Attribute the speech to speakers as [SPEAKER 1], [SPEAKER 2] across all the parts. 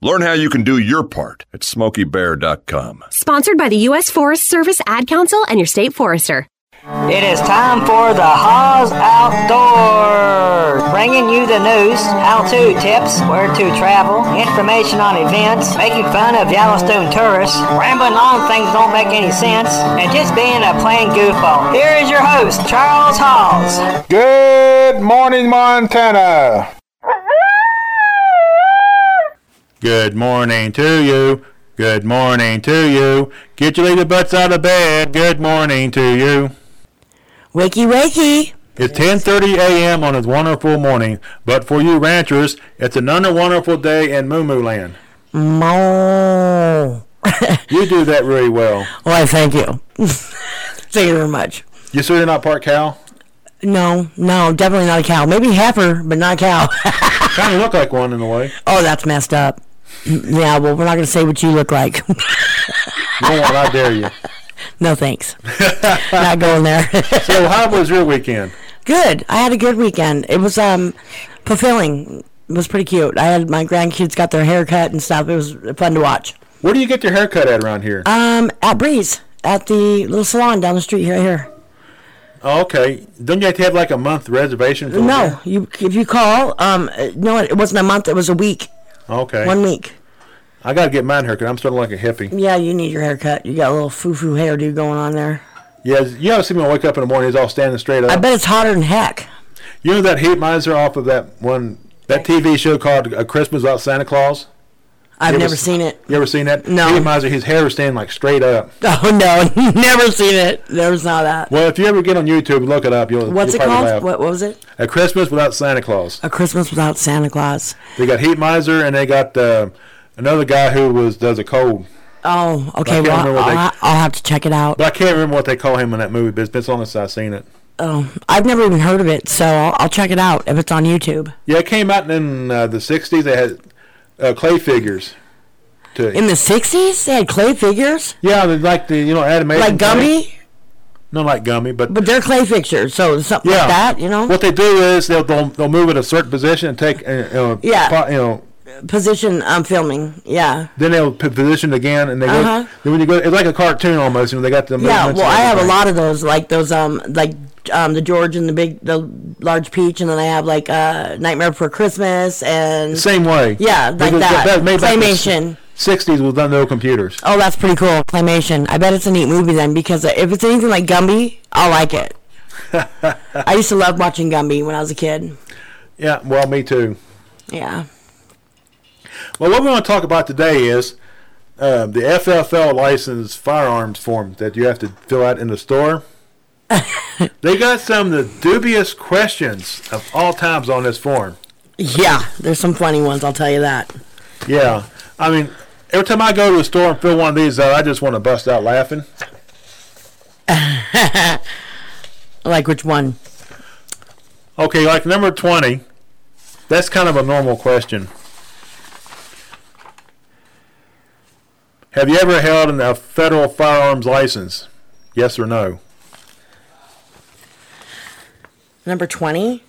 [SPEAKER 1] Learn how you can do your part at smokybear.com.
[SPEAKER 2] Sponsored by the U.S. Forest Service Ad Council and your state forester.
[SPEAKER 3] It is time for the Haas Outdoors, bringing you the news, how-to tips, where to travel, information on events, making fun of Yellowstone tourists, rambling on things don't make any sense, and just being a plain goofball. Here is your host, Charles Haas.
[SPEAKER 4] Good morning, Montana. Good morning to you. Good morning to you. Get your little butts out of bed. Good morning to you.
[SPEAKER 5] Wakey, wakey.
[SPEAKER 4] It's 10:30 a.m. on this wonderful morning, but for you ranchers, it's another wonderful day in Moo Moo Land.
[SPEAKER 5] Moo.
[SPEAKER 4] You do that really well.
[SPEAKER 5] Why, Oh, thank you. thank you very much.
[SPEAKER 4] You sure you're not part cow?
[SPEAKER 5] No, no, definitely not a cow. Maybe heifer, but not a cow.
[SPEAKER 4] Kind of look like one in a way.
[SPEAKER 5] oh, that's messed up. Yeah, well, we're not going to say what you look like.
[SPEAKER 4] You know what? I dare you.
[SPEAKER 5] no, thanks. not going there.
[SPEAKER 4] So, how was your weekend?
[SPEAKER 5] good. I had a good weekend. It was um fulfilling. It was pretty cute. I had my grandkids got their hair cut and stuff. It was fun to watch.
[SPEAKER 4] Where do you get your hair cut at around here?
[SPEAKER 5] Um, at Breeze, at the little salon down the street here. here.
[SPEAKER 4] oh, okay. Don't you have to have like a month reservation? For
[SPEAKER 5] No, you if you call, um, uh, no, it wasn't a month. It was a week.
[SPEAKER 4] Okay.
[SPEAKER 5] One week.
[SPEAKER 4] I gotta get mine haircut. I'm starting like a hippie.
[SPEAKER 5] Yeah, you need your haircut. You got a little foo foo hairdo going on there.
[SPEAKER 4] Yeah, you ever see me wake up in the morning? He's all standing straight up.
[SPEAKER 5] I bet it's hotter than heck.
[SPEAKER 4] You know that heat miser off of that one that TV show called A Christmas Without Santa Claus.
[SPEAKER 5] I've
[SPEAKER 4] It
[SPEAKER 5] never
[SPEAKER 4] was-
[SPEAKER 5] seen it.
[SPEAKER 4] You ever seen that?
[SPEAKER 5] No.
[SPEAKER 4] Heat miser, his hair was standing like straight up.
[SPEAKER 5] Oh no, never seen it. Never saw that.
[SPEAKER 4] Well, if you ever get on YouTube, look it up. You'll
[SPEAKER 5] What's
[SPEAKER 4] you'll
[SPEAKER 5] it
[SPEAKER 4] probably
[SPEAKER 5] called?
[SPEAKER 4] Laugh.
[SPEAKER 5] What, what was it?
[SPEAKER 4] A Christmas Without Santa Claus.
[SPEAKER 5] A Christmas without Santa Claus.
[SPEAKER 4] They got heat miser and they got uh, another guy who was does a cold.
[SPEAKER 5] Oh,
[SPEAKER 4] I
[SPEAKER 5] okay.
[SPEAKER 4] can't
[SPEAKER 5] Well,
[SPEAKER 4] remember what
[SPEAKER 5] I'll,
[SPEAKER 4] they-
[SPEAKER 5] ha- I'll have to check it out.
[SPEAKER 4] But I can't remember what they call him in that movie. But it's been so long since I've seen it.
[SPEAKER 5] Oh, I've never even heard of it, so I'll, I'll check it out if it's on YouTube.
[SPEAKER 4] Yeah, it came out in uh, the '60s. They had uh, clay figures. To
[SPEAKER 5] In the '60s, they had clay figures
[SPEAKER 4] yeah, they like the you know animation. thing.
[SPEAKER 5] like Gumby,
[SPEAKER 4] No, like Gummy, but
[SPEAKER 5] but they're clay figures, so something
[SPEAKER 4] Yeah.
[SPEAKER 5] like that, you know,
[SPEAKER 4] What they do is they'll they'll, they'll move in a certain position and take uh, uh,
[SPEAKER 5] Yeah.
[SPEAKER 4] po- you know
[SPEAKER 5] position um, filming. Yeah,
[SPEAKER 4] then they'll p- position again and they go
[SPEAKER 5] Uh-huh.
[SPEAKER 4] then when you go it's like a cartoon almost you know they got the
[SPEAKER 5] yeah.
[SPEAKER 4] movements
[SPEAKER 5] Well,
[SPEAKER 4] and
[SPEAKER 5] I have a
[SPEAKER 4] everything.
[SPEAKER 5] lot of those, like those, um, like um, the George and the big, the large peach, and then I have like uh, Nightmare Before Christmas and
[SPEAKER 4] same way
[SPEAKER 5] yeah, like
[SPEAKER 4] Because
[SPEAKER 5] that.
[SPEAKER 4] was made back in the s-
[SPEAKER 5] Claymation.
[SPEAKER 4] 60s with no- no computers
[SPEAKER 5] Oh, that's pretty cool. Claymation. I bet it's a neat movie then because if it's anything like Gumby, I'll like it. I used to love watching Gumby when I was a kid.
[SPEAKER 4] yeah well me too
[SPEAKER 5] Yeah.
[SPEAKER 4] well what we want to talk about today is uh, the FFL license firearms form that you have to fill out in the store they got some of the dubious questions of all times on this form
[SPEAKER 5] Yeah, there's some funny ones, I'll tell you that.
[SPEAKER 4] Yeah, I mean, every time I go to the store and fill one of these out, I just want to bust out laughing.
[SPEAKER 5] Like which one?
[SPEAKER 4] Okay, like number twenty, that's kind of a normal question. Have you ever held an- a federal firearms license? Yes or no?
[SPEAKER 5] Number 20?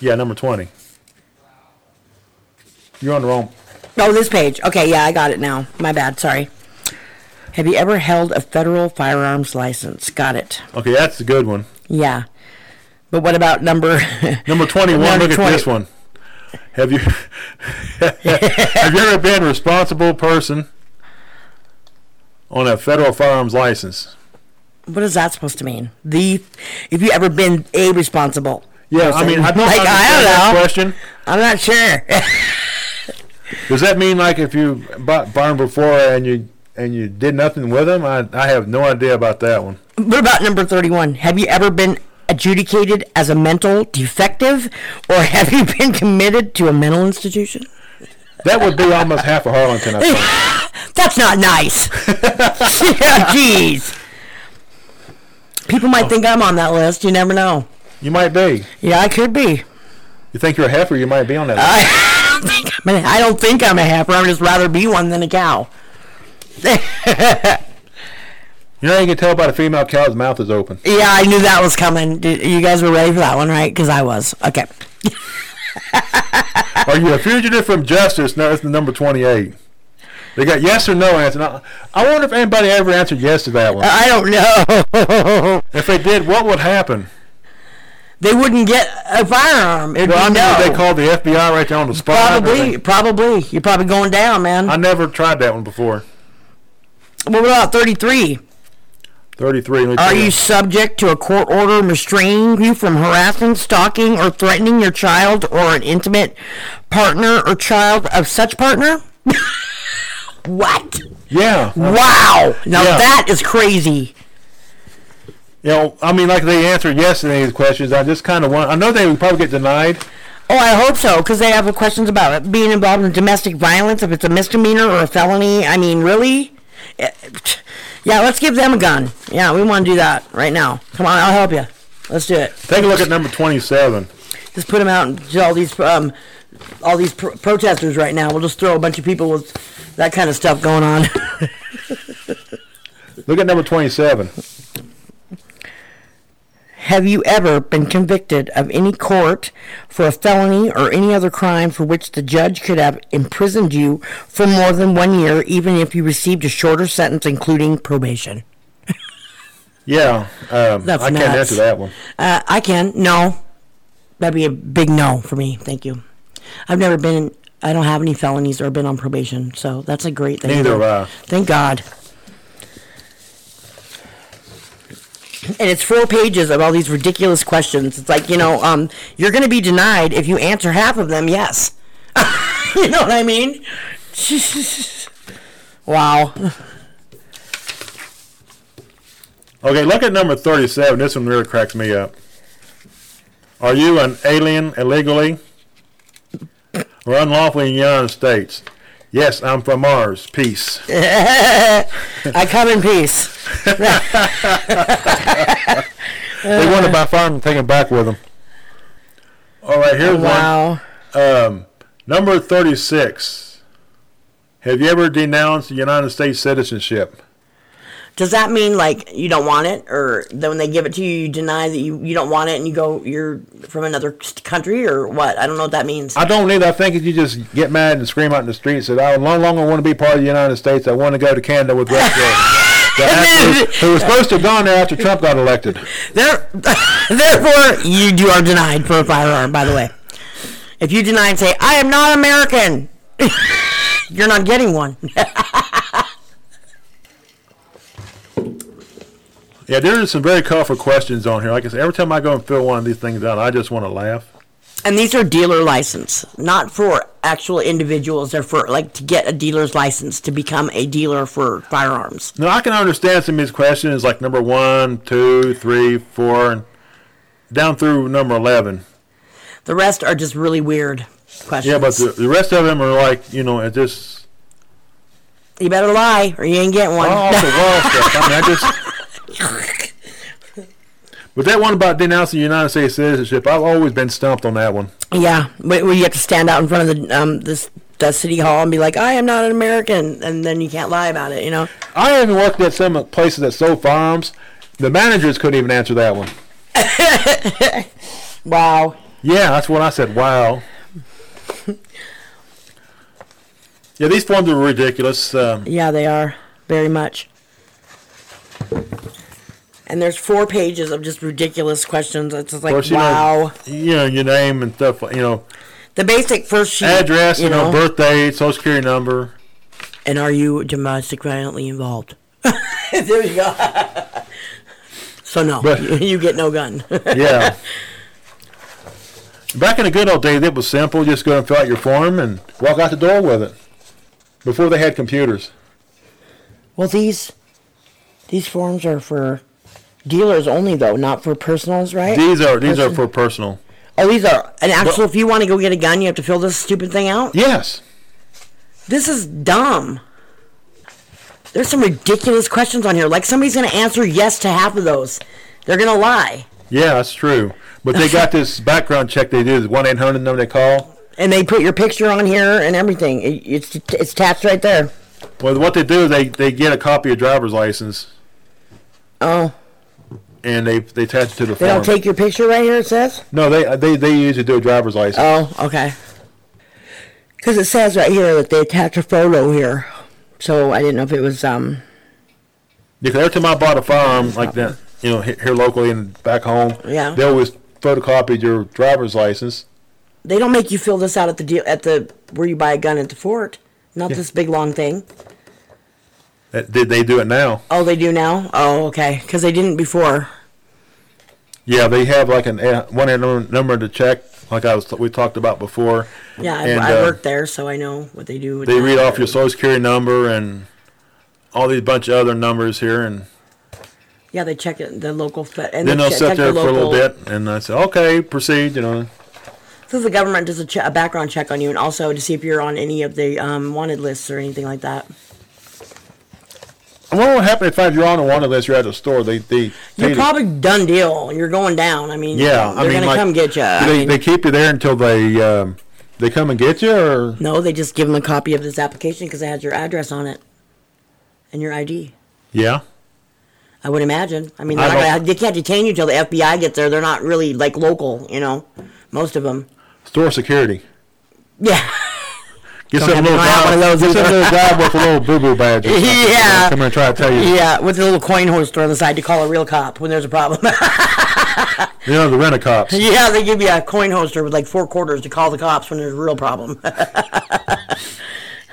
[SPEAKER 4] Yeah, number twenty. You're on the wrong.
[SPEAKER 5] Oh, this page. Okay, yeah, I got it now. My bad, sorry. Have you ever held a federal firearms license? Got it.
[SPEAKER 4] Okay, that's a good one.
[SPEAKER 5] Yeah. But what about number
[SPEAKER 4] Number twenty-one.
[SPEAKER 5] Number
[SPEAKER 4] look
[SPEAKER 5] 20.
[SPEAKER 4] at this one. Have you have you ever been a responsible person on a federal firearms license?
[SPEAKER 5] What is that supposed to mean? The if you ever been a responsible.
[SPEAKER 4] Yeah, I mean, I don't
[SPEAKER 5] Like, I
[SPEAKER 4] understand
[SPEAKER 5] don't
[SPEAKER 4] that
[SPEAKER 5] know.
[SPEAKER 4] question.
[SPEAKER 5] I'm not sure.
[SPEAKER 4] Does that mean like if you bought barn before and you and you did nothing with them? I I have no idea about that one.
[SPEAKER 5] What about number 31? Have you ever been adjudicated as a mental defective or have you been committed to a mental institution?
[SPEAKER 4] That would be almost half of Harlington. I think.
[SPEAKER 5] That's not nice. Jeez. People might think I'm on that list. You never know.
[SPEAKER 4] You might be.
[SPEAKER 5] Yeah, I could be.
[SPEAKER 4] You think you're a heifer, you might be on that. list.
[SPEAKER 5] I don't think I'm a, I don't think I'm a heifer. I would just rather be one than a cow.
[SPEAKER 4] you know how you can tell by the female cow's mouth is open.
[SPEAKER 5] Yeah, I knew that was coming. Did- You guys were ready for that one, right? Because I was. Okay.
[SPEAKER 4] Are you a fugitive from justice? No, it's the number 28. They got yes or no answer. Now, I wonder if anybody ever answered yes to that one.
[SPEAKER 5] Uh, I don't know.
[SPEAKER 4] If they did, what would happen?
[SPEAKER 5] they wouldn't get a firearm. It'd
[SPEAKER 4] Well, I
[SPEAKER 5] be
[SPEAKER 4] mean,
[SPEAKER 5] no.
[SPEAKER 4] they called the FBI right there on the spot. and
[SPEAKER 5] probably,
[SPEAKER 4] everything.
[SPEAKER 5] probably. You're probably going down, man.
[SPEAKER 4] I never tried that one before.
[SPEAKER 5] what about 33?
[SPEAKER 4] 33. let me
[SPEAKER 5] Are
[SPEAKER 4] tell
[SPEAKER 5] you subject to a court order restraining you from harassing, stalking, or threatening your child or an intimate partner or child of such partner? what?
[SPEAKER 4] Yeah.
[SPEAKER 5] Wow. Now
[SPEAKER 4] Yeah.
[SPEAKER 5] that is crazy.
[SPEAKER 4] You know, I mean, like they answered yes to these questions. I just kind of want. I know they would probably get denied.
[SPEAKER 5] Oh, I hope so, because they have questions about it. Being involved in domestic violence, if it's a misdemeanor or a felony. I mean, really? Eh, Yeah, let's give them a gun. Yeah, we want to do that right now. Come on, I'll help you. Let's do it.
[SPEAKER 4] Take a look at number 27.
[SPEAKER 5] Just put them out and do all these um, all these pro- protesters right now. We'll just throw a bunch of people with that kind of stuff going on.
[SPEAKER 4] Look at number 27.
[SPEAKER 5] Have you ever been convicted of any court for a felony or any other crime for which the judge could have imprisoned you for more than one year, even if you received a shorter sentence, including probation?
[SPEAKER 4] Yeah. Um,
[SPEAKER 5] That's
[SPEAKER 4] I can't
[SPEAKER 5] nuts.
[SPEAKER 4] answer that one.
[SPEAKER 5] Uh, I can. No. That'd be a big no for me. Thank you. I've never been, I don't have any felonies or been on probation, so that's a great thing.
[SPEAKER 4] Neither have I.
[SPEAKER 5] Thank God. And it's four pages of all these ridiculous questions. It's like, you know, um, you're going to be denied if you answer half of them yes. you know what I mean? wow.
[SPEAKER 4] Okay, look at number 37. This one really cracks me up. Are you an alien illegally or unlawfully in the United States? Yes, I'm from Mars. Peace.
[SPEAKER 5] I come in peace.
[SPEAKER 4] They want to buy farm and take it back with them. All right, here's one.
[SPEAKER 5] Wow.
[SPEAKER 4] Number 36. Have you ever denounced United States citizenship?
[SPEAKER 5] Does that mean like you don't want it, or then when they give it to you, you deny that you, you don't want it, and you go you're from another country, or what? I don't know what that means.
[SPEAKER 4] I don't either. I think if you just get mad and scream out in the streets that I no longer want to be part of the United States, I want to go to Canada with Russia. the actors who was supposed to have gone there after Trump got elected.
[SPEAKER 5] There, therefore, you you are denied for a firearm. By the way, if you deny and say I am not American, you're not getting one.
[SPEAKER 4] Yeah, there are some very colorful questions on here. Like I said, every time I go and fill one of these things out, I just want to laugh.
[SPEAKER 5] and these are dealer license, not for actual individuals. They're for like to get a dealer's license to become a dealer for firearms.
[SPEAKER 4] Now, I can understand some of these questions, like number one, two, three, four, and down through number 11.
[SPEAKER 5] The rest are just really weird questions.
[SPEAKER 4] Yeah, but the, the rest of them are like, you know, it just
[SPEAKER 5] You better lie or you ain't getting one.
[SPEAKER 4] all off Oh, the wall stuff. I mean, I just. But that one about denouncing United States citizenship, I've always been stumped on that one.
[SPEAKER 5] Yeah, where where you have to stand out in front of the um this the city hall and be like, I am not an American, and then you can't lie about it. You know,
[SPEAKER 4] I even worked at some places that sold firearms. The managers couldn't even answer that one.
[SPEAKER 5] wow.
[SPEAKER 4] Yeah, that's what I said. Wow. yeah, these forms are ridiculous. Um,
[SPEAKER 5] Yeah, they are very much. And there's four pages of just ridiculous questions. It's just like,
[SPEAKER 4] of course, you
[SPEAKER 5] wow.
[SPEAKER 4] know, you know your name and stuff. like- You know,
[SPEAKER 5] the basic first sheet.
[SPEAKER 4] address,
[SPEAKER 5] you
[SPEAKER 4] you know, birth date, social security number.
[SPEAKER 5] And are you domestic violently involved? there you go. so no,
[SPEAKER 4] But-
[SPEAKER 5] you, you get no gun.
[SPEAKER 4] Yeah. Back in the good old days, it was simple. Just go and fill out your form and walk out the door with it. Before they had computers.
[SPEAKER 5] Well, these these forms are for dealers only, though, not for personals, right?
[SPEAKER 4] These are these are for personal.
[SPEAKER 5] oh, these are an actual. if you want to go get a gun, you have to fill this stupid thing out.
[SPEAKER 4] Yes.
[SPEAKER 5] This is dumb. There's some ridiculous questions on here. Like somebody's going to answer yes to half of those. They're going to lie.
[SPEAKER 4] Yeah, that's true. But they got this background check they do, the 1 800 number they call.
[SPEAKER 5] And they put your picture on here and everything. It- It's it's attached right there.
[SPEAKER 4] Well, what they do, they, they get a copy of driver's license
[SPEAKER 5] Oh,
[SPEAKER 4] and they, they attach it to the
[SPEAKER 5] they
[SPEAKER 4] form.
[SPEAKER 5] don't take your picture right here. It says.
[SPEAKER 4] no, they, they they usually do a driver's license.
[SPEAKER 5] Oh, okay. Because it says right here that they attach a photo here, so I didn't know if it was um.
[SPEAKER 4] Because every time I bought a firearm like that, you know, he- here locally and back home,
[SPEAKER 5] Yeah.
[SPEAKER 4] they always photocopied your driver's license.
[SPEAKER 5] They don't make you fill this out at the deal at the where you buy a gun at the fort. Not this big long thing.
[SPEAKER 4] That- Did they do it now?
[SPEAKER 5] Oh, they do now. Oh, okay. Because they didn't before.
[SPEAKER 4] Yeah, they have like an eh, one hand num- number to check, like I was we talked about before.
[SPEAKER 5] Yeah, I,
[SPEAKER 4] And,
[SPEAKER 5] I
[SPEAKER 4] uh,
[SPEAKER 5] worked there, so I know what they do. With
[SPEAKER 4] They
[SPEAKER 5] that.
[SPEAKER 4] read off your social security number and all these bunch of other numbers here, and
[SPEAKER 5] Yeah, they check it. The local fit, and
[SPEAKER 4] then
[SPEAKER 5] they
[SPEAKER 4] they'll
[SPEAKER 5] check,
[SPEAKER 4] sit
[SPEAKER 5] check
[SPEAKER 4] there
[SPEAKER 5] the
[SPEAKER 4] for a little
[SPEAKER 5] local-
[SPEAKER 4] bit, and I say, okay, proceed. You know,
[SPEAKER 5] So the government does a, che- a background check on you, and also to see if you're on any of the um, wanted lists or anything like that.
[SPEAKER 4] I wonder what happened if I- if you're on the wanted list, you're at a store. They they
[SPEAKER 5] You're
[SPEAKER 4] they-
[SPEAKER 5] probably done deal. You're going down. I mean,
[SPEAKER 4] yeah.
[SPEAKER 5] they're
[SPEAKER 4] I mean,
[SPEAKER 5] gonna
[SPEAKER 4] like,
[SPEAKER 5] come get you.
[SPEAKER 4] They, they keep you there until they um, they come and get you, or
[SPEAKER 5] no, they just give them a copy of this application because it has your address on it and your ID.
[SPEAKER 4] yeah.
[SPEAKER 5] I would imagine. I mean,
[SPEAKER 4] I
[SPEAKER 5] they're not
[SPEAKER 4] don't-
[SPEAKER 5] gonna, they can't detain you till the FBI gets there. They're not really like local, you know. Most of them.
[SPEAKER 4] Store security.
[SPEAKER 5] Yeah.
[SPEAKER 4] Get some
[SPEAKER 5] have
[SPEAKER 4] little
[SPEAKER 5] to know how
[SPEAKER 4] guy.
[SPEAKER 5] one of those
[SPEAKER 4] Get some
[SPEAKER 5] either.
[SPEAKER 4] little guy with a little boo boo badge. or something.
[SPEAKER 5] Yeah.
[SPEAKER 4] Come here and try to tell you.
[SPEAKER 5] Yeah, with a little coin holster on the side to call a real cop when there's a problem.
[SPEAKER 4] You know the rent a cops.
[SPEAKER 5] yeah, they give you a coin holster with like four quarters to call the cops when there's a real problem.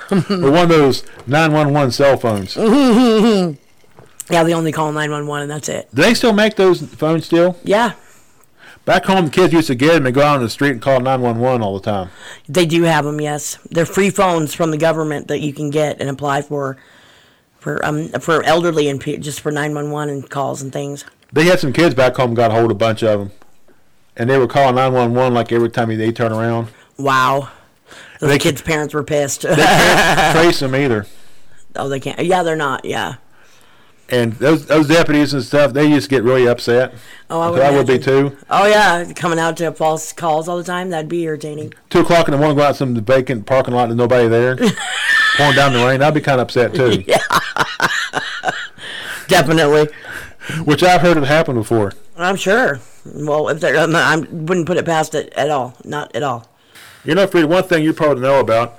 [SPEAKER 4] Or one of those nine one one cell phones. Do
[SPEAKER 5] Mm-hmm. yeah, they only call 911 and that's it.
[SPEAKER 4] they still make those phones still?
[SPEAKER 5] Yeah,
[SPEAKER 4] Back home, the kids used to get them and go out on the street and call nine one one all the time.
[SPEAKER 5] they do have them, yes. They're free phones from the government that you can get and apply for for um for elderly and pe- just for 911 and calls and things.
[SPEAKER 4] They had some kids back home got hold of a bunch of them, and they were calling nine one one like every time they turn around.
[SPEAKER 5] Wow. Those
[SPEAKER 4] They-
[SPEAKER 5] kids' parents were pissed.
[SPEAKER 4] Can't trace them either.
[SPEAKER 5] oh, they can't. Yeah, they're not. Yeah.
[SPEAKER 4] And those those deputies and stuff, they used to get really upset.
[SPEAKER 5] Oh, I would,
[SPEAKER 4] So I would be
[SPEAKER 5] imagine.
[SPEAKER 4] too.
[SPEAKER 5] Oh, yeah. Coming out to false calls all the time. That'd be irritating.
[SPEAKER 4] Two o'clock in the morning, go out to some vacant parking lot and nobody there, pouring down the rain. I'd be kind of upset too.
[SPEAKER 5] Definitely.
[SPEAKER 4] Which I've heard it happen before.
[SPEAKER 5] I'm sure. Well, if they're, I'm, I wouldn't put it past it at all. Not at all.
[SPEAKER 4] You know, Fred, one thing you probably know about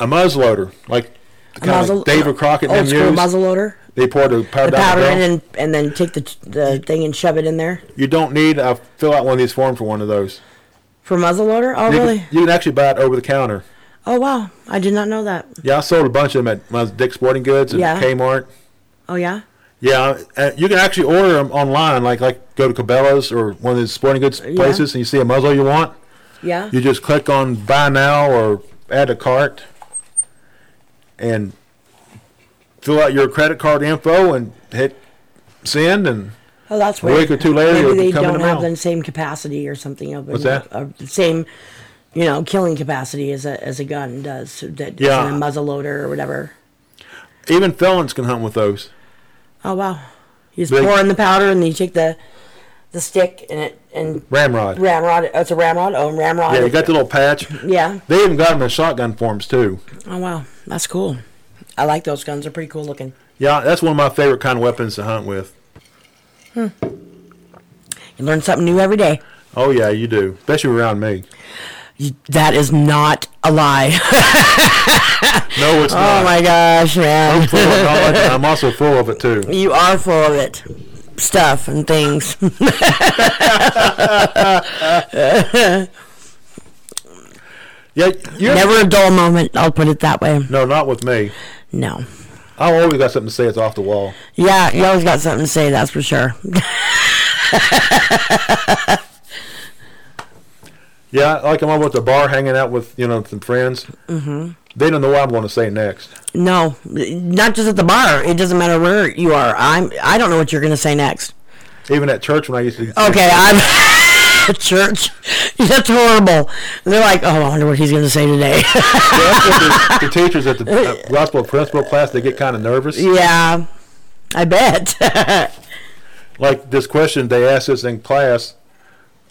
[SPEAKER 4] a muzzloader, like the kind of
[SPEAKER 5] Muzzle- uh,
[SPEAKER 4] like David Crockett
[SPEAKER 5] old
[SPEAKER 4] and
[SPEAKER 5] school
[SPEAKER 4] them used.
[SPEAKER 5] muzzle loader.
[SPEAKER 4] They poured the powder
[SPEAKER 5] The
[SPEAKER 4] down
[SPEAKER 5] powder
[SPEAKER 4] the
[SPEAKER 5] in
[SPEAKER 4] barrel.
[SPEAKER 5] and, and then take the, the thing and shove it in there
[SPEAKER 4] You don't need. I fill out one of these forms for one of those.
[SPEAKER 5] for muzzle loader. Oh,
[SPEAKER 4] You can-
[SPEAKER 5] really?
[SPEAKER 4] you can actually buy it over the counter.
[SPEAKER 5] Oh, wow. I did not know that.
[SPEAKER 4] Yeah, I sold a bunch of them at my Dick's Sporting Goods and
[SPEAKER 5] Yeah.
[SPEAKER 4] Kmart.
[SPEAKER 5] Oh, yeah?
[SPEAKER 4] Yeah, uh, you can actually order them online. Like like go to Cabela's or one of these sporting goods places, and you see a muzzle you want.
[SPEAKER 5] Yeah.
[SPEAKER 4] You just click on buy now or add to cart, and fill out your credit card info and hit send. And
[SPEAKER 5] Oh, that's
[SPEAKER 4] A
[SPEAKER 5] weird.
[SPEAKER 4] week or two later, it'll
[SPEAKER 5] maybe they
[SPEAKER 4] come in
[SPEAKER 5] don't
[SPEAKER 4] the
[SPEAKER 5] have
[SPEAKER 4] mail.
[SPEAKER 5] the same capacity or something. Of
[SPEAKER 4] What's that?
[SPEAKER 5] Of the same, you know, killing capacity as a as a gun does. so That
[SPEAKER 4] Yeah.
[SPEAKER 5] yeah. a muzzle loader or whatever.
[SPEAKER 4] even felons can hunt with those.
[SPEAKER 5] Oh wow! You just
[SPEAKER 4] They-
[SPEAKER 5] pour in the powder and then you take the the stick and it and
[SPEAKER 4] Ramrod.
[SPEAKER 5] ramrod. Oh, it's a ramrod. Oh, ramrod.
[SPEAKER 4] yeah, you got the little patch.
[SPEAKER 5] Yeah.
[SPEAKER 4] They even got them in shotgun forms too.
[SPEAKER 5] Oh wow, that's cool. I like those guns. They're pretty cool looking.
[SPEAKER 4] Yeah, that's one of my favorite kind of weapons to hunt with.
[SPEAKER 5] You learn something new every day.
[SPEAKER 4] Oh yeah, you do, especially around me.
[SPEAKER 5] That is not a lie.
[SPEAKER 4] No, it's
[SPEAKER 5] oh
[SPEAKER 4] not.
[SPEAKER 5] my gosh, man.
[SPEAKER 4] I'm full of knowledge, and I'm also full of it too.
[SPEAKER 5] You are full of it. Stuff and things.
[SPEAKER 4] Yeah, you're,
[SPEAKER 5] Never a dull moment, I'll put it that way.
[SPEAKER 4] No, not with me.
[SPEAKER 5] No.
[SPEAKER 4] I always got something to say. It's off the wall.
[SPEAKER 5] Yeah, you always got something to say, that's for sure.
[SPEAKER 4] Yeah, like I'm over at the bar hanging out with you know some friends. Mm-hmm. They don't know what I'm going to say next.
[SPEAKER 5] No, not just at the bar. It doesn't matter where you are. I'm I don't know what you're going to say next.
[SPEAKER 4] Even at church when I used to.
[SPEAKER 5] Okay, I'm at church. That's horrible. They're like, oh, I wonder what he's going to say today.
[SPEAKER 4] That's what the, the teachers at the uh, gospel principal class they get kind of nervous.
[SPEAKER 5] yeah, I bet.
[SPEAKER 4] Like this question they asked us in class.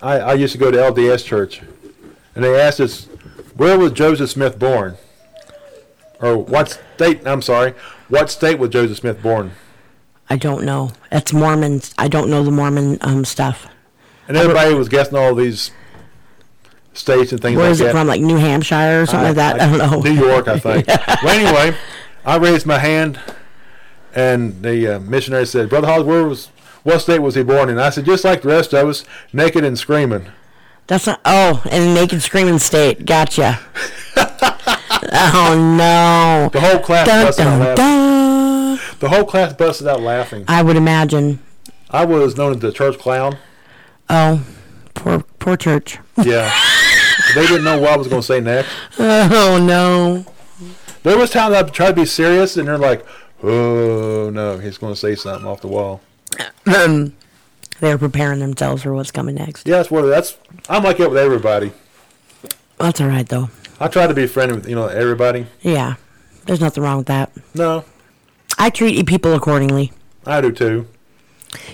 [SPEAKER 4] I, I used to go to LDS church, and they asked us, "Where was Joseph Smith born?" Or what state? I'm sorry, what state was Joseph Smith born?
[SPEAKER 5] I don't know. That's Mormons. I don't know the Mormon um, stuff.
[SPEAKER 4] And everybody was guessing all these states and things
[SPEAKER 5] Where
[SPEAKER 4] like
[SPEAKER 5] is
[SPEAKER 4] that.
[SPEAKER 5] it from? Like New Hampshire or something like Uh, that? I, don't know.
[SPEAKER 4] New York, I think. Well, anyway, I raised my hand, and the uh, missionary said, "Brother Hawes, where was what state was he born in?" I said, "Just like the rest of us, naked and screaming."
[SPEAKER 5] That's not. Oh, in Naked Screaming State. Gotcha. oh no.
[SPEAKER 4] The whole class
[SPEAKER 5] Dun,
[SPEAKER 4] busted out laughing.
[SPEAKER 5] dun, dun.
[SPEAKER 4] The whole class busted out laughing.
[SPEAKER 5] I would imagine.
[SPEAKER 4] I was known as the church clown.
[SPEAKER 5] Oh, poor poor church.
[SPEAKER 4] Yeah, they didn't know what I was going to say next.
[SPEAKER 5] Oh no.
[SPEAKER 4] There was times I tried to be serious, and they're like, "Oh no, he's going to say something off the wall."
[SPEAKER 5] Um, they're preparing themselves for what's coming next.
[SPEAKER 4] Yeah, that's where that's. I'm like that with everybody.
[SPEAKER 5] That's all right though.
[SPEAKER 4] I try to be friendly with you know everybody.
[SPEAKER 5] Yeah, there's nothing wrong with that.
[SPEAKER 4] No,
[SPEAKER 5] I treat people accordingly.
[SPEAKER 4] I do too.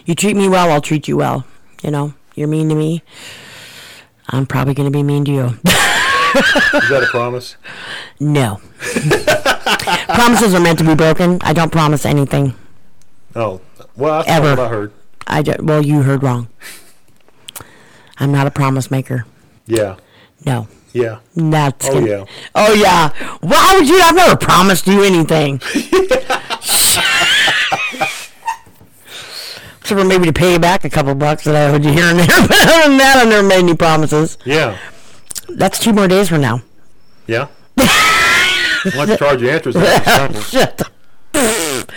[SPEAKER 5] You treat me well, I'll treat you well. You know, you're mean to me. I'm probably going to be mean to you.
[SPEAKER 4] Is that a promise?
[SPEAKER 5] no. Promises are meant to be broken. I don't promise anything.
[SPEAKER 4] Oh, well, that's
[SPEAKER 5] Ever.
[SPEAKER 4] what I heard.
[SPEAKER 5] I ju- well, you heard wrong. I'm not a promise maker.
[SPEAKER 4] Yeah,
[SPEAKER 5] No.
[SPEAKER 4] yeah.
[SPEAKER 5] That's
[SPEAKER 4] Oh,
[SPEAKER 5] gonna-
[SPEAKER 4] yeah.
[SPEAKER 5] Oh yeah. Why would you? I've never promised you anything. Except for maybe to pay you back a couple bucks that I owed you here and there. But other than that, I've never made any promises.
[SPEAKER 4] Yeah,
[SPEAKER 5] That's two more days from now.
[SPEAKER 4] yeah. I'll have to charge you interest. on it somewhere.
[SPEAKER 5] Shut the.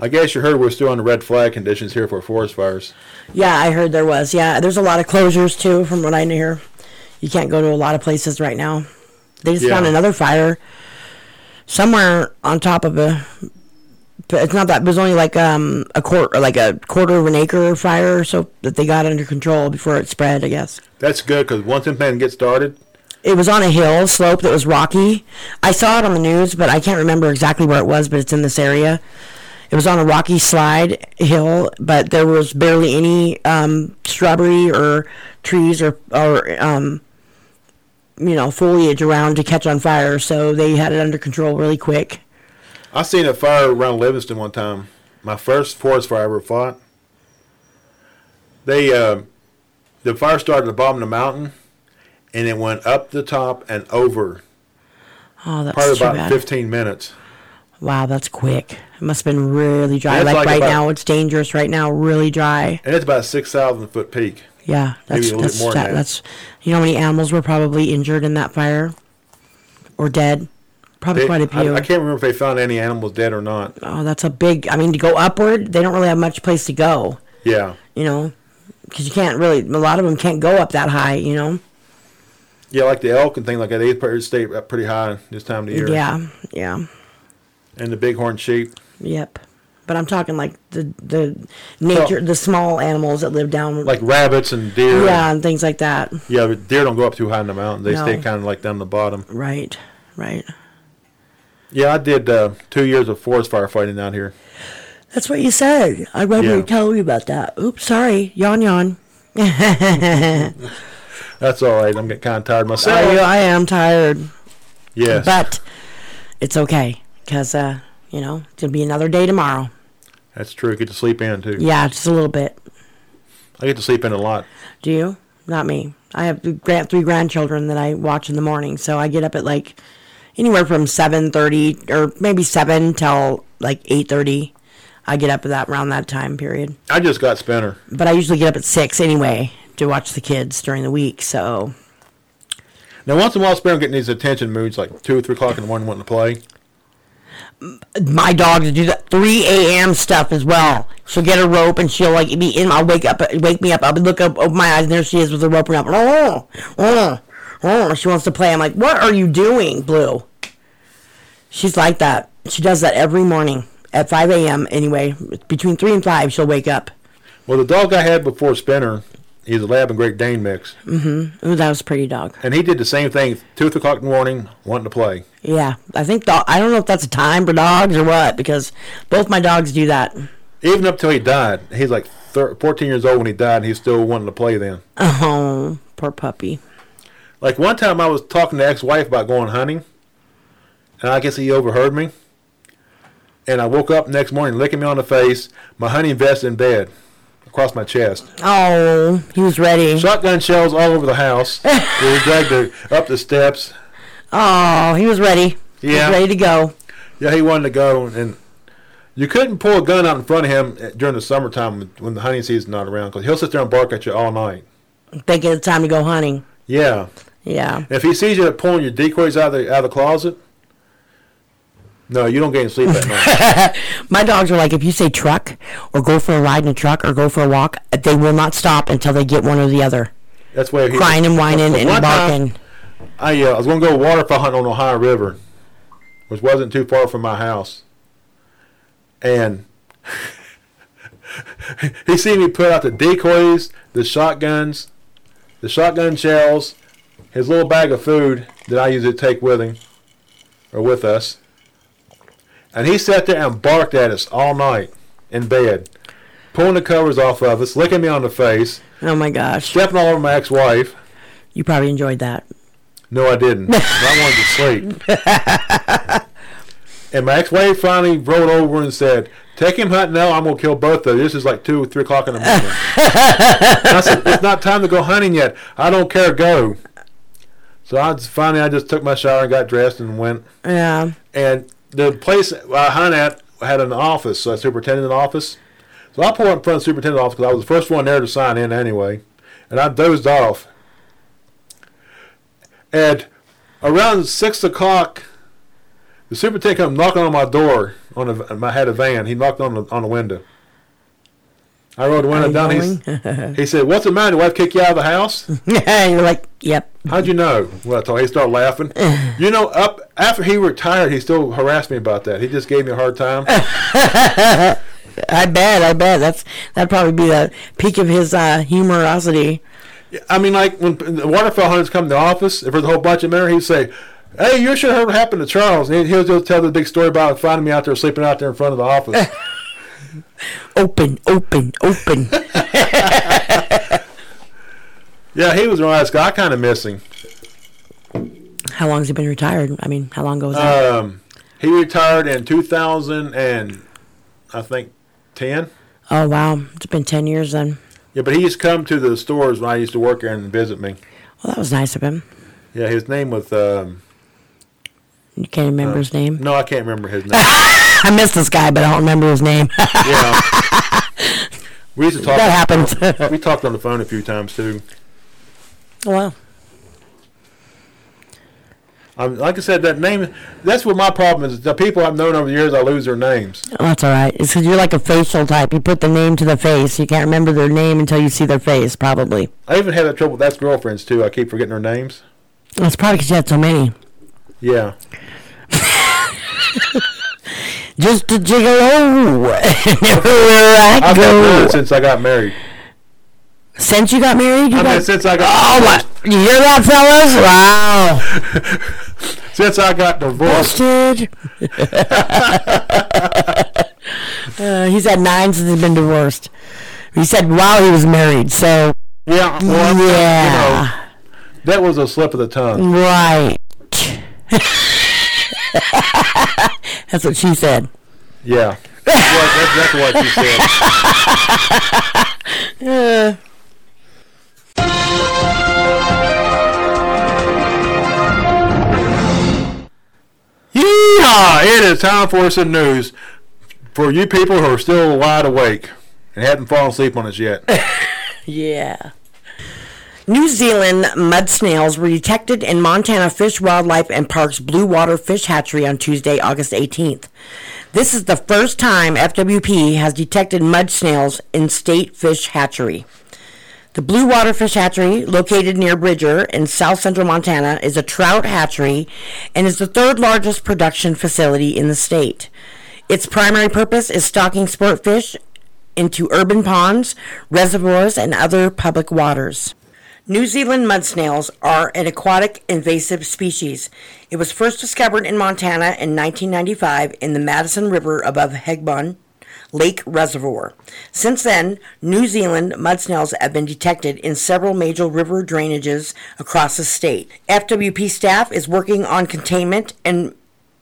[SPEAKER 4] I guess you heard we're still under red flag conditions here for forest fires.
[SPEAKER 5] Yeah, I heard there was. Yeah, there's a lot of closures too, from what I hear. You can't go to a lot of places right now. They just
[SPEAKER 4] Yeah.
[SPEAKER 5] found another fire somewhere on top of a. but It's not that. It was only like um a quarter, like a quarter of an acre fire, so that they got under control before it spread. I guess
[SPEAKER 4] That's good because once them things get started,
[SPEAKER 5] it was on a hill slope that was rocky. I saw it on the news, but I can't remember exactly where it was, but it's in this area. It was on a rocky slide hill, but there was barely any um, shrubbery or trees or, or um, you know, foliage around to catch on fire. So they had it under control really quick.
[SPEAKER 4] I seen a fire around Livingston one time. My first forest fire I ever fought. They, uh, the fire started at the bottom of the mountain, and it went up the top and over,
[SPEAKER 5] Oh, that's
[SPEAKER 4] probably
[SPEAKER 5] too
[SPEAKER 4] about
[SPEAKER 5] bad.
[SPEAKER 4] 15 minutes.
[SPEAKER 5] Wow, that's quick. It must have been really dry.
[SPEAKER 4] That's
[SPEAKER 5] Like,
[SPEAKER 4] like
[SPEAKER 5] right
[SPEAKER 4] about-
[SPEAKER 5] now, it's dangerous. Right now, really dry.
[SPEAKER 4] And it's about 6,000 foot peak.
[SPEAKER 5] Yeah,
[SPEAKER 4] Maybe
[SPEAKER 5] that's
[SPEAKER 4] a little bit
[SPEAKER 5] that's
[SPEAKER 4] more than
[SPEAKER 5] that,
[SPEAKER 4] that.
[SPEAKER 5] that's you know how many animals were probably injured in that fire or dead? Probably
[SPEAKER 4] They-
[SPEAKER 5] quite a
[SPEAKER 4] I-
[SPEAKER 5] few.
[SPEAKER 4] I, can't remember if they found any animals dead or not.
[SPEAKER 5] oh, that's a big. I mean, to go upward, they don't really have much place to go.
[SPEAKER 4] Yeah.
[SPEAKER 5] You know, because you can't really. A lot of them can't go up that high. You know.
[SPEAKER 4] Yeah, like the elk and thing like that. They pretty- stay up pretty high this time of year.
[SPEAKER 5] Yeah. Yeah.
[SPEAKER 4] And the bighorn sheep.
[SPEAKER 5] Yep. But I'm talking like the the nature, the small animals that live down.
[SPEAKER 4] Like rabbits and deer.
[SPEAKER 5] yeah, and things like that.
[SPEAKER 4] Yeah, but deer don't go up too high in the mountain. They stay
[SPEAKER 5] No.
[SPEAKER 4] kind of like down the bottom.
[SPEAKER 5] Right. Right.
[SPEAKER 4] Yeah, I did uh, two years of forest firefighting down here.
[SPEAKER 5] That's what you said. I remember
[SPEAKER 4] Yeah.
[SPEAKER 5] you telling me about that. Oops, sorry. Yawn, yawn.
[SPEAKER 4] That's all right. I'm getting kind of tired myself.
[SPEAKER 5] I, I am tired,
[SPEAKER 4] yes.
[SPEAKER 5] but it's okay because uh, you know it'll be another day tomorrow.
[SPEAKER 4] That's true. Get to sleep in, too.
[SPEAKER 5] Yeah, just a little bit.
[SPEAKER 4] I get to sleep in a lot.
[SPEAKER 5] Do you? Not me. I have grand, three grandchildren that I watch in the morning, so I get up at like anywhere from seven thirty or maybe seven till like eight thirty. I get up at that around that time period,
[SPEAKER 4] I just got Spinner.
[SPEAKER 5] but I usually get up at six anyway to watch the kids during the week. So
[SPEAKER 4] Now, once in a while, Spinner getting these attention moods, like 2 or 3 o'clock in the morning wanting to play.
[SPEAKER 5] my dog to do that 3 a.m. stuff as well. She'll get a rope and she'll like be in. I'll wake up, wake me up. I'll look up, open my eyes, and there she is with the rope around. Oh, oh, oh. She wants to play. I'm like, what are you doing, Blue? She's like that. She does that every morning, at 5 a.m. Anyway, between 3 and 5, she'll wake up.
[SPEAKER 4] Well, the dog I had before Spinner, he's a Lab and Great Dane mix,
[SPEAKER 5] Ooh, that was a pretty dog.
[SPEAKER 4] and he did the same thing. Two o'clock in the morning, wanting to play.
[SPEAKER 5] Yeah, I think dog. I don't know if that's a time for dogs or what, because both my dogs do that.
[SPEAKER 4] Even up till he died, he's like thir- 14 years old when he died, and he's still wanting to play then.
[SPEAKER 5] Oh, poor puppy.
[SPEAKER 4] Like one time, I was talking to ex-wife about going hunting, and I guess he overheard me. And I woke up next morning, licking me on the face, my hunting vest in bed, across my chest,
[SPEAKER 5] Oh, he was ready.
[SPEAKER 4] shotgun shells all over the house. we dragged her up the steps.
[SPEAKER 5] Oh, he was ready. He
[SPEAKER 4] Yeah.
[SPEAKER 5] was ready to go.
[SPEAKER 4] Yeah, he wanted to go, and you couldn't pull a gun out in front of him at- during the summertime when the hunting season's not around, because he'll sit there and bark at you all night.
[SPEAKER 5] Thinking it's time to go hunting.
[SPEAKER 4] Yeah,
[SPEAKER 5] Yeah.
[SPEAKER 4] if he sees you pulling your decoys out of the out of the closet, no, you don't get any sleep at night.
[SPEAKER 5] My dogs are like, if you say truck or go for a ride in a truck or go for a walk, they will not stop until they get one or the other.
[SPEAKER 4] That's where he
[SPEAKER 5] Crying and whining and
[SPEAKER 4] One time-
[SPEAKER 5] barking.
[SPEAKER 4] I, uh, I was going to go waterfowl hunting on the Ohio River, which wasn't too far from my house. And he seen me put out the decoys, the shotguns, the shotgun shells, his little bag of food that I usually take with him or with us. And he sat there and barked at us all night in bed, pulling the covers off of us, licking me on the face,
[SPEAKER 5] Oh my gosh.
[SPEAKER 4] stepping all over my ex-wife.
[SPEAKER 5] You probably enjoyed that.
[SPEAKER 4] No, I didn't. I wanted to sleep. and my ex-wife finally rolled over and said, "Take him hunting now. I'm gonna kill both of you. This is like two, or three o'clock in the morning." and I said, "It's not time to go hunting yet. I don't care. Go." So I just, finally, I just took my shower and got dressed and went.
[SPEAKER 5] Yeah.
[SPEAKER 4] And the place I hunt at had an office, a superintendent office. So I pulled up in front of the superintendent office because I was the first one there to sign in anyway. And I dozed off. And around 6 o'clock, the superintendent come knocking on my door. On a, I had a van. He knocked on the, on the window. I rolled the window down. He's, he said, What's the matter? Did I kick you out of the house?
[SPEAKER 5] You're like, yep.
[SPEAKER 4] How'd you know? Well, I told him. He started laughing. you know, up after he retired, he still harassed me about that. He just gave me a hard time.
[SPEAKER 5] I bet. I bet. That's that'd probably be the peak of his uh, humorosity.
[SPEAKER 4] I mean, like when the waterfowl hunters come to the office, if there's a whole bunch of men, there, he'd say, "Hey, you sure heard what happened to Charles?" And he'll just tell the big story about finding me out there sleeping out there in front of the office.
[SPEAKER 5] Open, open, open.
[SPEAKER 4] yeah, he was a nice guy. I kind of miss him.
[SPEAKER 5] how long's he been retired? I mean, how long ago was that?
[SPEAKER 4] Um, he retired in 2000 and I think 10.
[SPEAKER 5] Oh wow, it's been ten years then.
[SPEAKER 4] Yeah, but he used to come to the stores when I used to work there and visit me.
[SPEAKER 5] Well, that was nice of him.
[SPEAKER 4] Yeah, his name was. Um,
[SPEAKER 5] You can't remember his name.
[SPEAKER 4] no, I can't remember his name.
[SPEAKER 5] I miss this guy, but I don't remember his name. that
[SPEAKER 4] yeah. We used to talk.
[SPEAKER 5] happens.
[SPEAKER 4] We talked on the phone a few times too.
[SPEAKER 5] wow.
[SPEAKER 4] Um, like I said, that name, that's what my problem is. The people I've known over the years, I lose their names.
[SPEAKER 5] Oh, that's all right. It's because you're like a facial type. You put the name to the face. You can't remember their name until you see their face, probably.
[SPEAKER 4] I even had that trouble with that's girlfriends, too. I keep forgetting their names.
[SPEAKER 5] That's probably because you had so many.
[SPEAKER 4] Yeah.
[SPEAKER 5] Just a gigolo. Everywhere I
[SPEAKER 4] I've had none
[SPEAKER 5] go.
[SPEAKER 4] since I got married.
[SPEAKER 5] Since you got married, you
[SPEAKER 4] I mean,
[SPEAKER 5] got.
[SPEAKER 4] since I got
[SPEAKER 5] Oh my! You hear that, fellas? Wow.
[SPEAKER 4] since I got divorced.
[SPEAKER 5] Busted. uh, he's had nine since he's been divorced. He said while he was married. So
[SPEAKER 4] Yeah. Well, I'm-
[SPEAKER 5] Yeah.
[SPEAKER 4] you know, that was a slip of the tongue.
[SPEAKER 5] right. That's what she said.
[SPEAKER 4] Yeah. Well, that's exactly what you said. Yeehaw! It is time for some news for you people who are still wide awake and haven't fallen asleep on us yet.
[SPEAKER 5] Yeah. New Zealand mud snails were detected in Montana Fish, Wildlife, and Parks Blue Water Fish Hatchery on Tuesday, August 18th. This is the first time FWP has detected mud snails in state fish hatchery. The Blue Water Fish Hatchery, located near Bridger in south central Montana, is a trout hatchery and is the third largest production facility in the state. Its primary purpose is stocking sport fish into urban ponds, reservoirs, and other public waters. New Zealand mud snails are an aquatic invasive species. It was first discovered in Montana in 1995 in the Madison River above Hegbon Lake Reservoir. Since then, New Zealand mud snails have been detected in several major river drainages across the state. FWP staff is working on containment and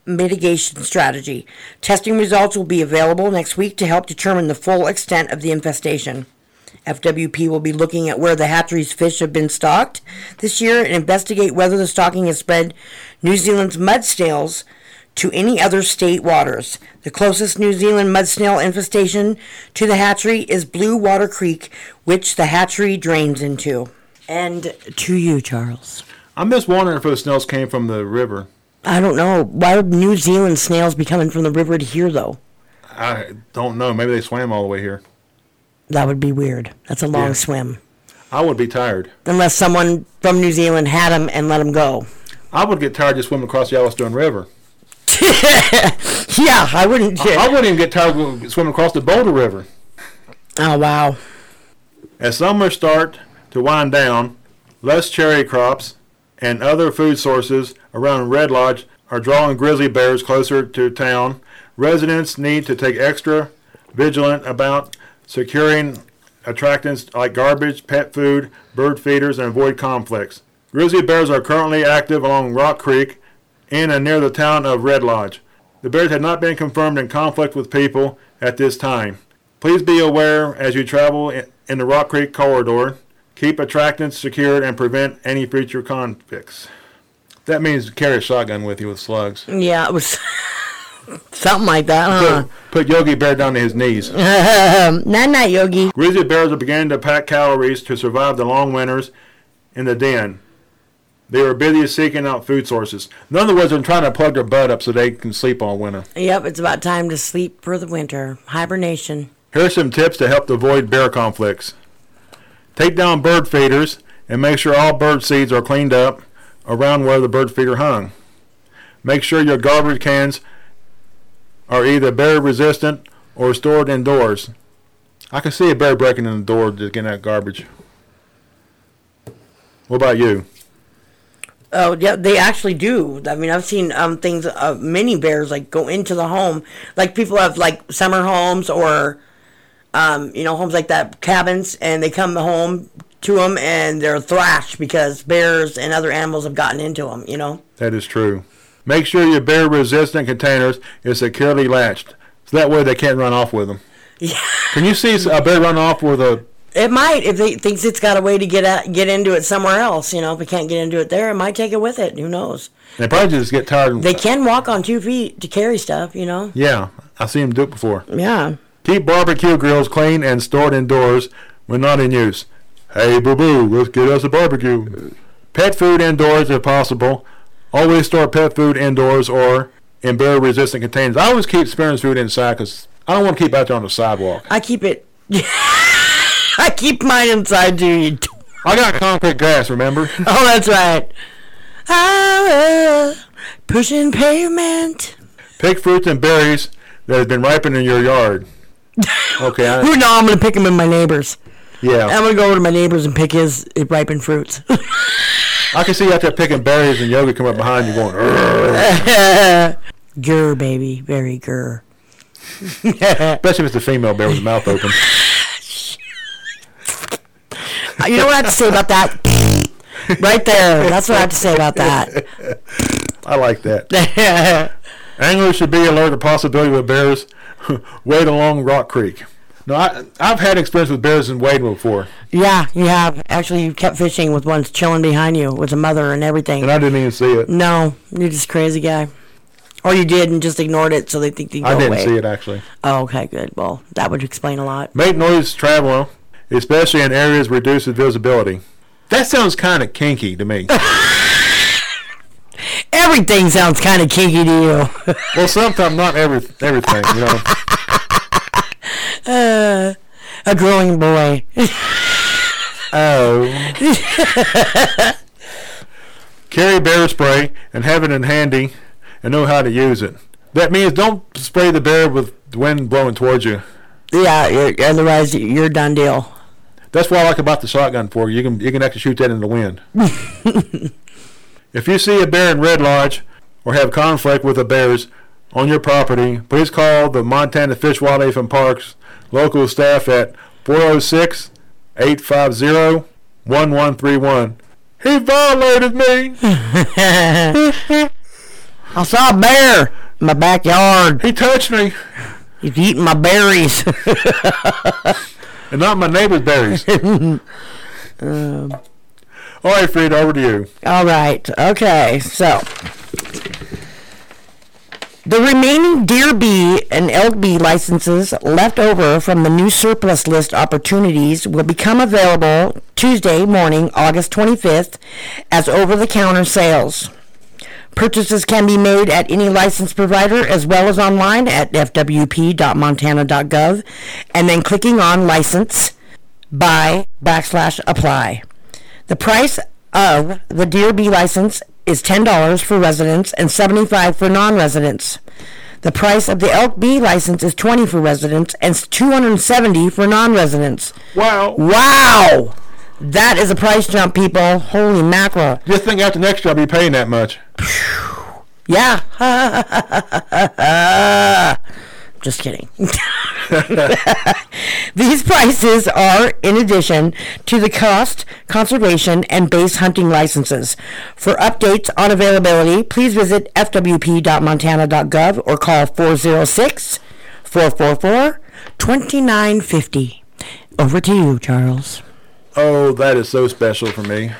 [SPEAKER 5] mitigation strategy. Testing results will be available next week to help determine the full extent of the infestation. FWP will be looking at where the hatchery's fish have been stocked this year and investigate whether the stocking has spread New Zealand's mud snails to any other state waters. The closest New Zealand mud snail infestation to the hatchery is Blue Water Creek, which the hatchery drains into. And to you, Charles.
[SPEAKER 4] I'm just wondering if those snails came from the river.
[SPEAKER 5] I don't know. Why would New Zealand snails be coming from the river to here, though?
[SPEAKER 4] I don't know. Maybe they swam all the way here.
[SPEAKER 5] That would be weird. That's a long
[SPEAKER 4] Yeah.
[SPEAKER 5] swim.
[SPEAKER 4] I would be tired.
[SPEAKER 5] Unless someone from New Zealand had them and let them go.
[SPEAKER 4] I would get tired just swimming across the Yellowstone River.
[SPEAKER 5] Yeah, I wouldn't.
[SPEAKER 4] I wouldn't even get tired of swimming across the Boulder River.
[SPEAKER 5] Oh, wow.
[SPEAKER 4] As summer start to wind down, less cherry crops and other food sources around Red Lodge are drawing grizzly bears closer to town. Residents need to take extra vigilant about securing attractants like garbage, pet food, bird feeders, and avoid conflicts. Grizzly bears are currently active along Rock Creek in and near the town of Red Lodge. The bears have not been confirmed in conflict with people at this time. Please be aware as you travel in in the Rock Creek corridor. Keep attractants secured and prevent any future conflicts. That means carry a shotgun with you with slugs.
[SPEAKER 5] Yeah, it was something like that, huh?
[SPEAKER 4] Put, put Yogi Bear down to his knees.
[SPEAKER 5] Night night, Yogi.
[SPEAKER 4] Grizzly bears are beginning to pack calories to survive the long winters in the den. They are busy seeking out food sources. In other words, they're trying to plug their butt up so they can sleep all winter.
[SPEAKER 5] Yep, it's about time to sleep for the winter. Hibernation.
[SPEAKER 4] Here are some tips to help avoid bear conflicts. Take down bird feeders and make sure all bird seeds are cleaned up around where the bird feeder hung. Make sure your garbage cans are either bear resistant or stored indoors. I can see a bear breaking in the door to get that garbage. What about you?
[SPEAKER 5] Oh, yeah, they actually do. I mean, I've seen um, things of mini bears like go into the home. Like people have like summer homes or, um, you know, homes like that, cabins, and they come home to them and they're thrashed because bears and other animals have gotten into them, you know?
[SPEAKER 4] That is true. Make sure your bear resistant containers is securely latched so that way they can't run off with them. Can you see a bear run off with a
[SPEAKER 5] It might if they thinks it's got a way to get at, get into it somewhere else. You know, if it can't get into it there, it might take it with it. Who knows?
[SPEAKER 4] They probably just get tired. And,
[SPEAKER 5] They can walk on two feet to carry stuff. You know.
[SPEAKER 4] yeah, I've seen them do it before.
[SPEAKER 5] Yeah.
[SPEAKER 4] Keep barbecue grills clean and stored indoors when not in use. Hey, boo boo, let's get us a barbecue. Pet food indoors if possible. Always store pet food indoors or in bear resistant containers. I always keep Spearman's food inside because I don't want to keep out there on the sidewalk.
[SPEAKER 5] I keep it. I keep mine inside, dude.
[SPEAKER 4] I got concrete grass, remember?
[SPEAKER 5] Oh, that's right. I will pushing pavement.
[SPEAKER 4] Pick fruits and berries that have been ripened in your yard. Okay, I,
[SPEAKER 5] Who no, I'm gonna pick them in my neighbors. I'm
[SPEAKER 4] yeah.
[SPEAKER 5] gonna go over to my neighbors and pick his ripened fruits.
[SPEAKER 4] I can see you out there picking berries and Yogi come up behind you going, "Urgh."
[SPEAKER 5] Grr, baby, very grr.
[SPEAKER 4] Especially if it's a female bear with the mouth open.
[SPEAKER 5] Uh, You know what I have to say about that? right there. That's what I have to say about that.
[SPEAKER 4] I like that. Anglers should be alert to possibility with bears wade along Rock Creek. No, I, I've had experience with bears in wading before,
[SPEAKER 5] yeah, you have. Actually, you kept fishing with one's chilling behind you with a mother and everything.
[SPEAKER 4] and I didn't even see it.
[SPEAKER 5] no, you're just a crazy guy. Or you did and just ignored it, so they think you go
[SPEAKER 4] I didn't
[SPEAKER 5] away.
[SPEAKER 4] see it actually.
[SPEAKER 5] Oh, okay, good. Well, that would explain a lot.
[SPEAKER 4] Make noise traveling, especially in areas reduced visibility. That sounds kind of kinky to me.
[SPEAKER 5] Everything sounds kind of kinky to you.
[SPEAKER 4] well, sometimes not every everything, you know.
[SPEAKER 5] a growing boy.
[SPEAKER 4] Oh. Carry bear spray and have it in handy and know how to use it. That means don't spray the bear with wind blowing towards you.
[SPEAKER 5] Yeah, you're, otherwise you're done deal.
[SPEAKER 4] That's what I like about the shotgun for you can you can actually shoot that in the wind. if you see a bear in Red Lodge or have conflict with the bears on your property, please call the Montana Fish Wildlife and Parks local staff at 406-850-1131. He violated me.
[SPEAKER 5] I saw a bear in my backyard.
[SPEAKER 4] He touched me.
[SPEAKER 5] He's eating my berries.
[SPEAKER 4] And not my neighbor's berries. All right, Fred, over to you.
[SPEAKER 5] All right. Okay. So the remaining deer bee and elk bee licenses left over from the new surplus list opportunities will become available Tuesday morning, August 25th, as over-the-counter sales. Purchases can be made at any licensed provider as well as online at fwp.montana.gov and then clicking on license by backslash apply. The price of the Deer Bee license is $10 for residents and $75 for non-residents. The price of the Elk Bee license is 20 for residents and 270 for non-residents.
[SPEAKER 4] Wow.
[SPEAKER 5] Wow! That is a price jump, people. Holy mackerel.
[SPEAKER 4] Just think after next year I'll be paying that much.
[SPEAKER 5] Yeah. Just kidding. These prices are in addition to the cost, conservation, and base hunting licenses. For updates on availability, please visit fwp.montana.gov or call 406 444 2950. Over to you, Charles.
[SPEAKER 4] Oh, that is so special for me.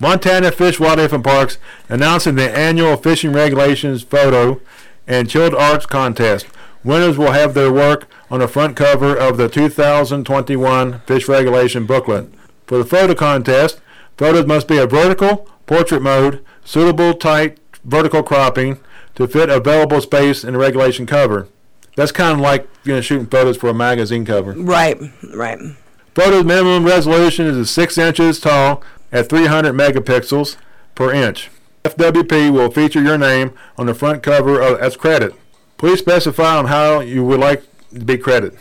[SPEAKER 4] Montana Fish, Wildlife, and Parks announcing the annual fishing regulations photo and chilled arts contest. Winners will have their work on the front cover of the 2021 Fish Regulation booklet. For the photo contest, photos must be a vertical, portrait mode, suitable tight vertical cropping to fit available space in the regulation cover. That's kind of like you know shooting photos for a magazine cover.
[SPEAKER 5] Right, right.
[SPEAKER 4] Photo minimum resolution is 6 inches tall at 300 megapixels per inch. FWP will feature your name on the front cover of, as credit. Please specify on how you would like to be credited.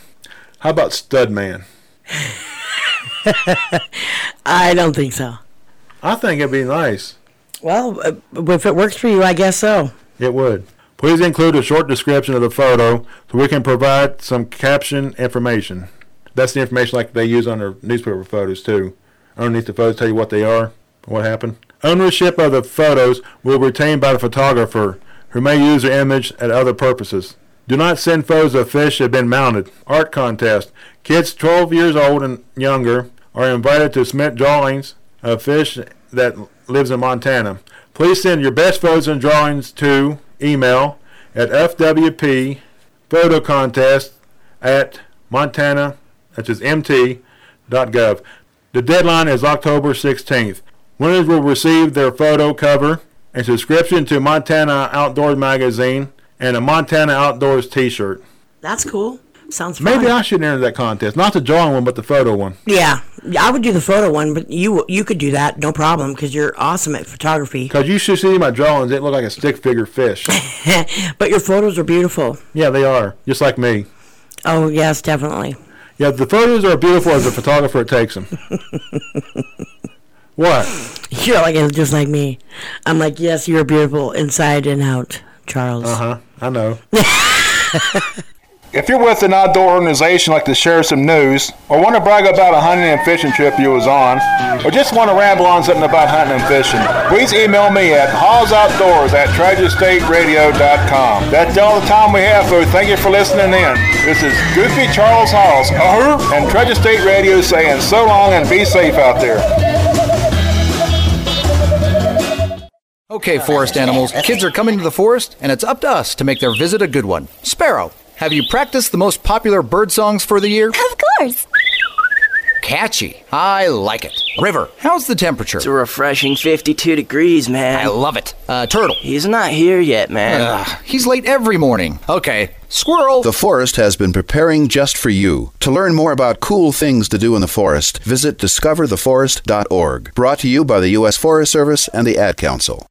[SPEAKER 4] How about stud man?
[SPEAKER 5] I don't think so.
[SPEAKER 4] I think it'd be nice.
[SPEAKER 5] Well, uh, if it works for you, I guess so.
[SPEAKER 4] It would. Please include a short description of the photo so we can provide some caption information. That's the information like they use on their newspaper photos too. Underneath the photos tell you what they are, what happened. Ownership of the photos will be retained by the photographer, who may use the image at other purposes. Do not send photos of fish that have been mounted. Art contest. Kids 12 years old and younger are invited to submit drawings of fish that lives in Montana. Please send your best photos and drawings to email at FWP photo contest at Montana, which is mt.gov. The deadline is October 16th. Winners will receive their photo cover, a subscription to Montana Outdoors magazine, and a Montana Outdoors t-shirt.
[SPEAKER 5] That's cool. Sounds fun.
[SPEAKER 4] Maybe I should enter that contest. Not the drawing one, but the photo one.
[SPEAKER 5] Yeah, I would do the photo one, but you you could do that, no problem, because you're awesome at photography.
[SPEAKER 4] Because you should see my drawings. They look like a stick figure fish.
[SPEAKER 5] But your photos are beautiful.
[SPEAKER 4] yeah, they are. Just like me.
[SPEAKER 5] Oh yes, definitely.
[SPEAKER 4] Yeah, the photos are beautiful as the photographer takes them. what?
[SPEAKER 5] You're like just like me. I'm like yes, you're beautiful inside and out, Charles.
[SPEAKER 4] Huh? I know. if you're with an outdoor organization like the Share Some News, or want to brag about a hunting and fishing trip you was on, or just want to ramble on something about hunting and fishing, please email me at hawsoutdoors at treasurestateradio.com. That's all the time we have, folks. Thank you for listening in. This is Goofy Charles Hawes uh-huh, and Treasure State Radio saying so long and be safe out there.
[SPEAKER 6] Okay, forest animals, kids are coming to the forest, and it's up to us to make their visit a good one. Sparrow, have you practiced the most popular bird songs for the year?
[SPEAKER 7] Of course.
[SPEAKER 6] Catchy. I like it. River, how's the temperature?
[SPEAKER 8] It's a refreshing 52 degrees,
[SPEAKER 6] I
[SPEAKER 8] man.
[SPEAKER 6] love it. Uh, turtle.
[SPEAKER 8] He's not here yet, man.
[SPEAKER 6] Ugh, he's late every morning. Okay. Squirrel.
[SPEAKER 9] The Forest has been preparing just for you. To learn more about cool things to do in the forest, visit discovertheforest.org. Brought to you by the U.S. Forest Service and the Ad Council.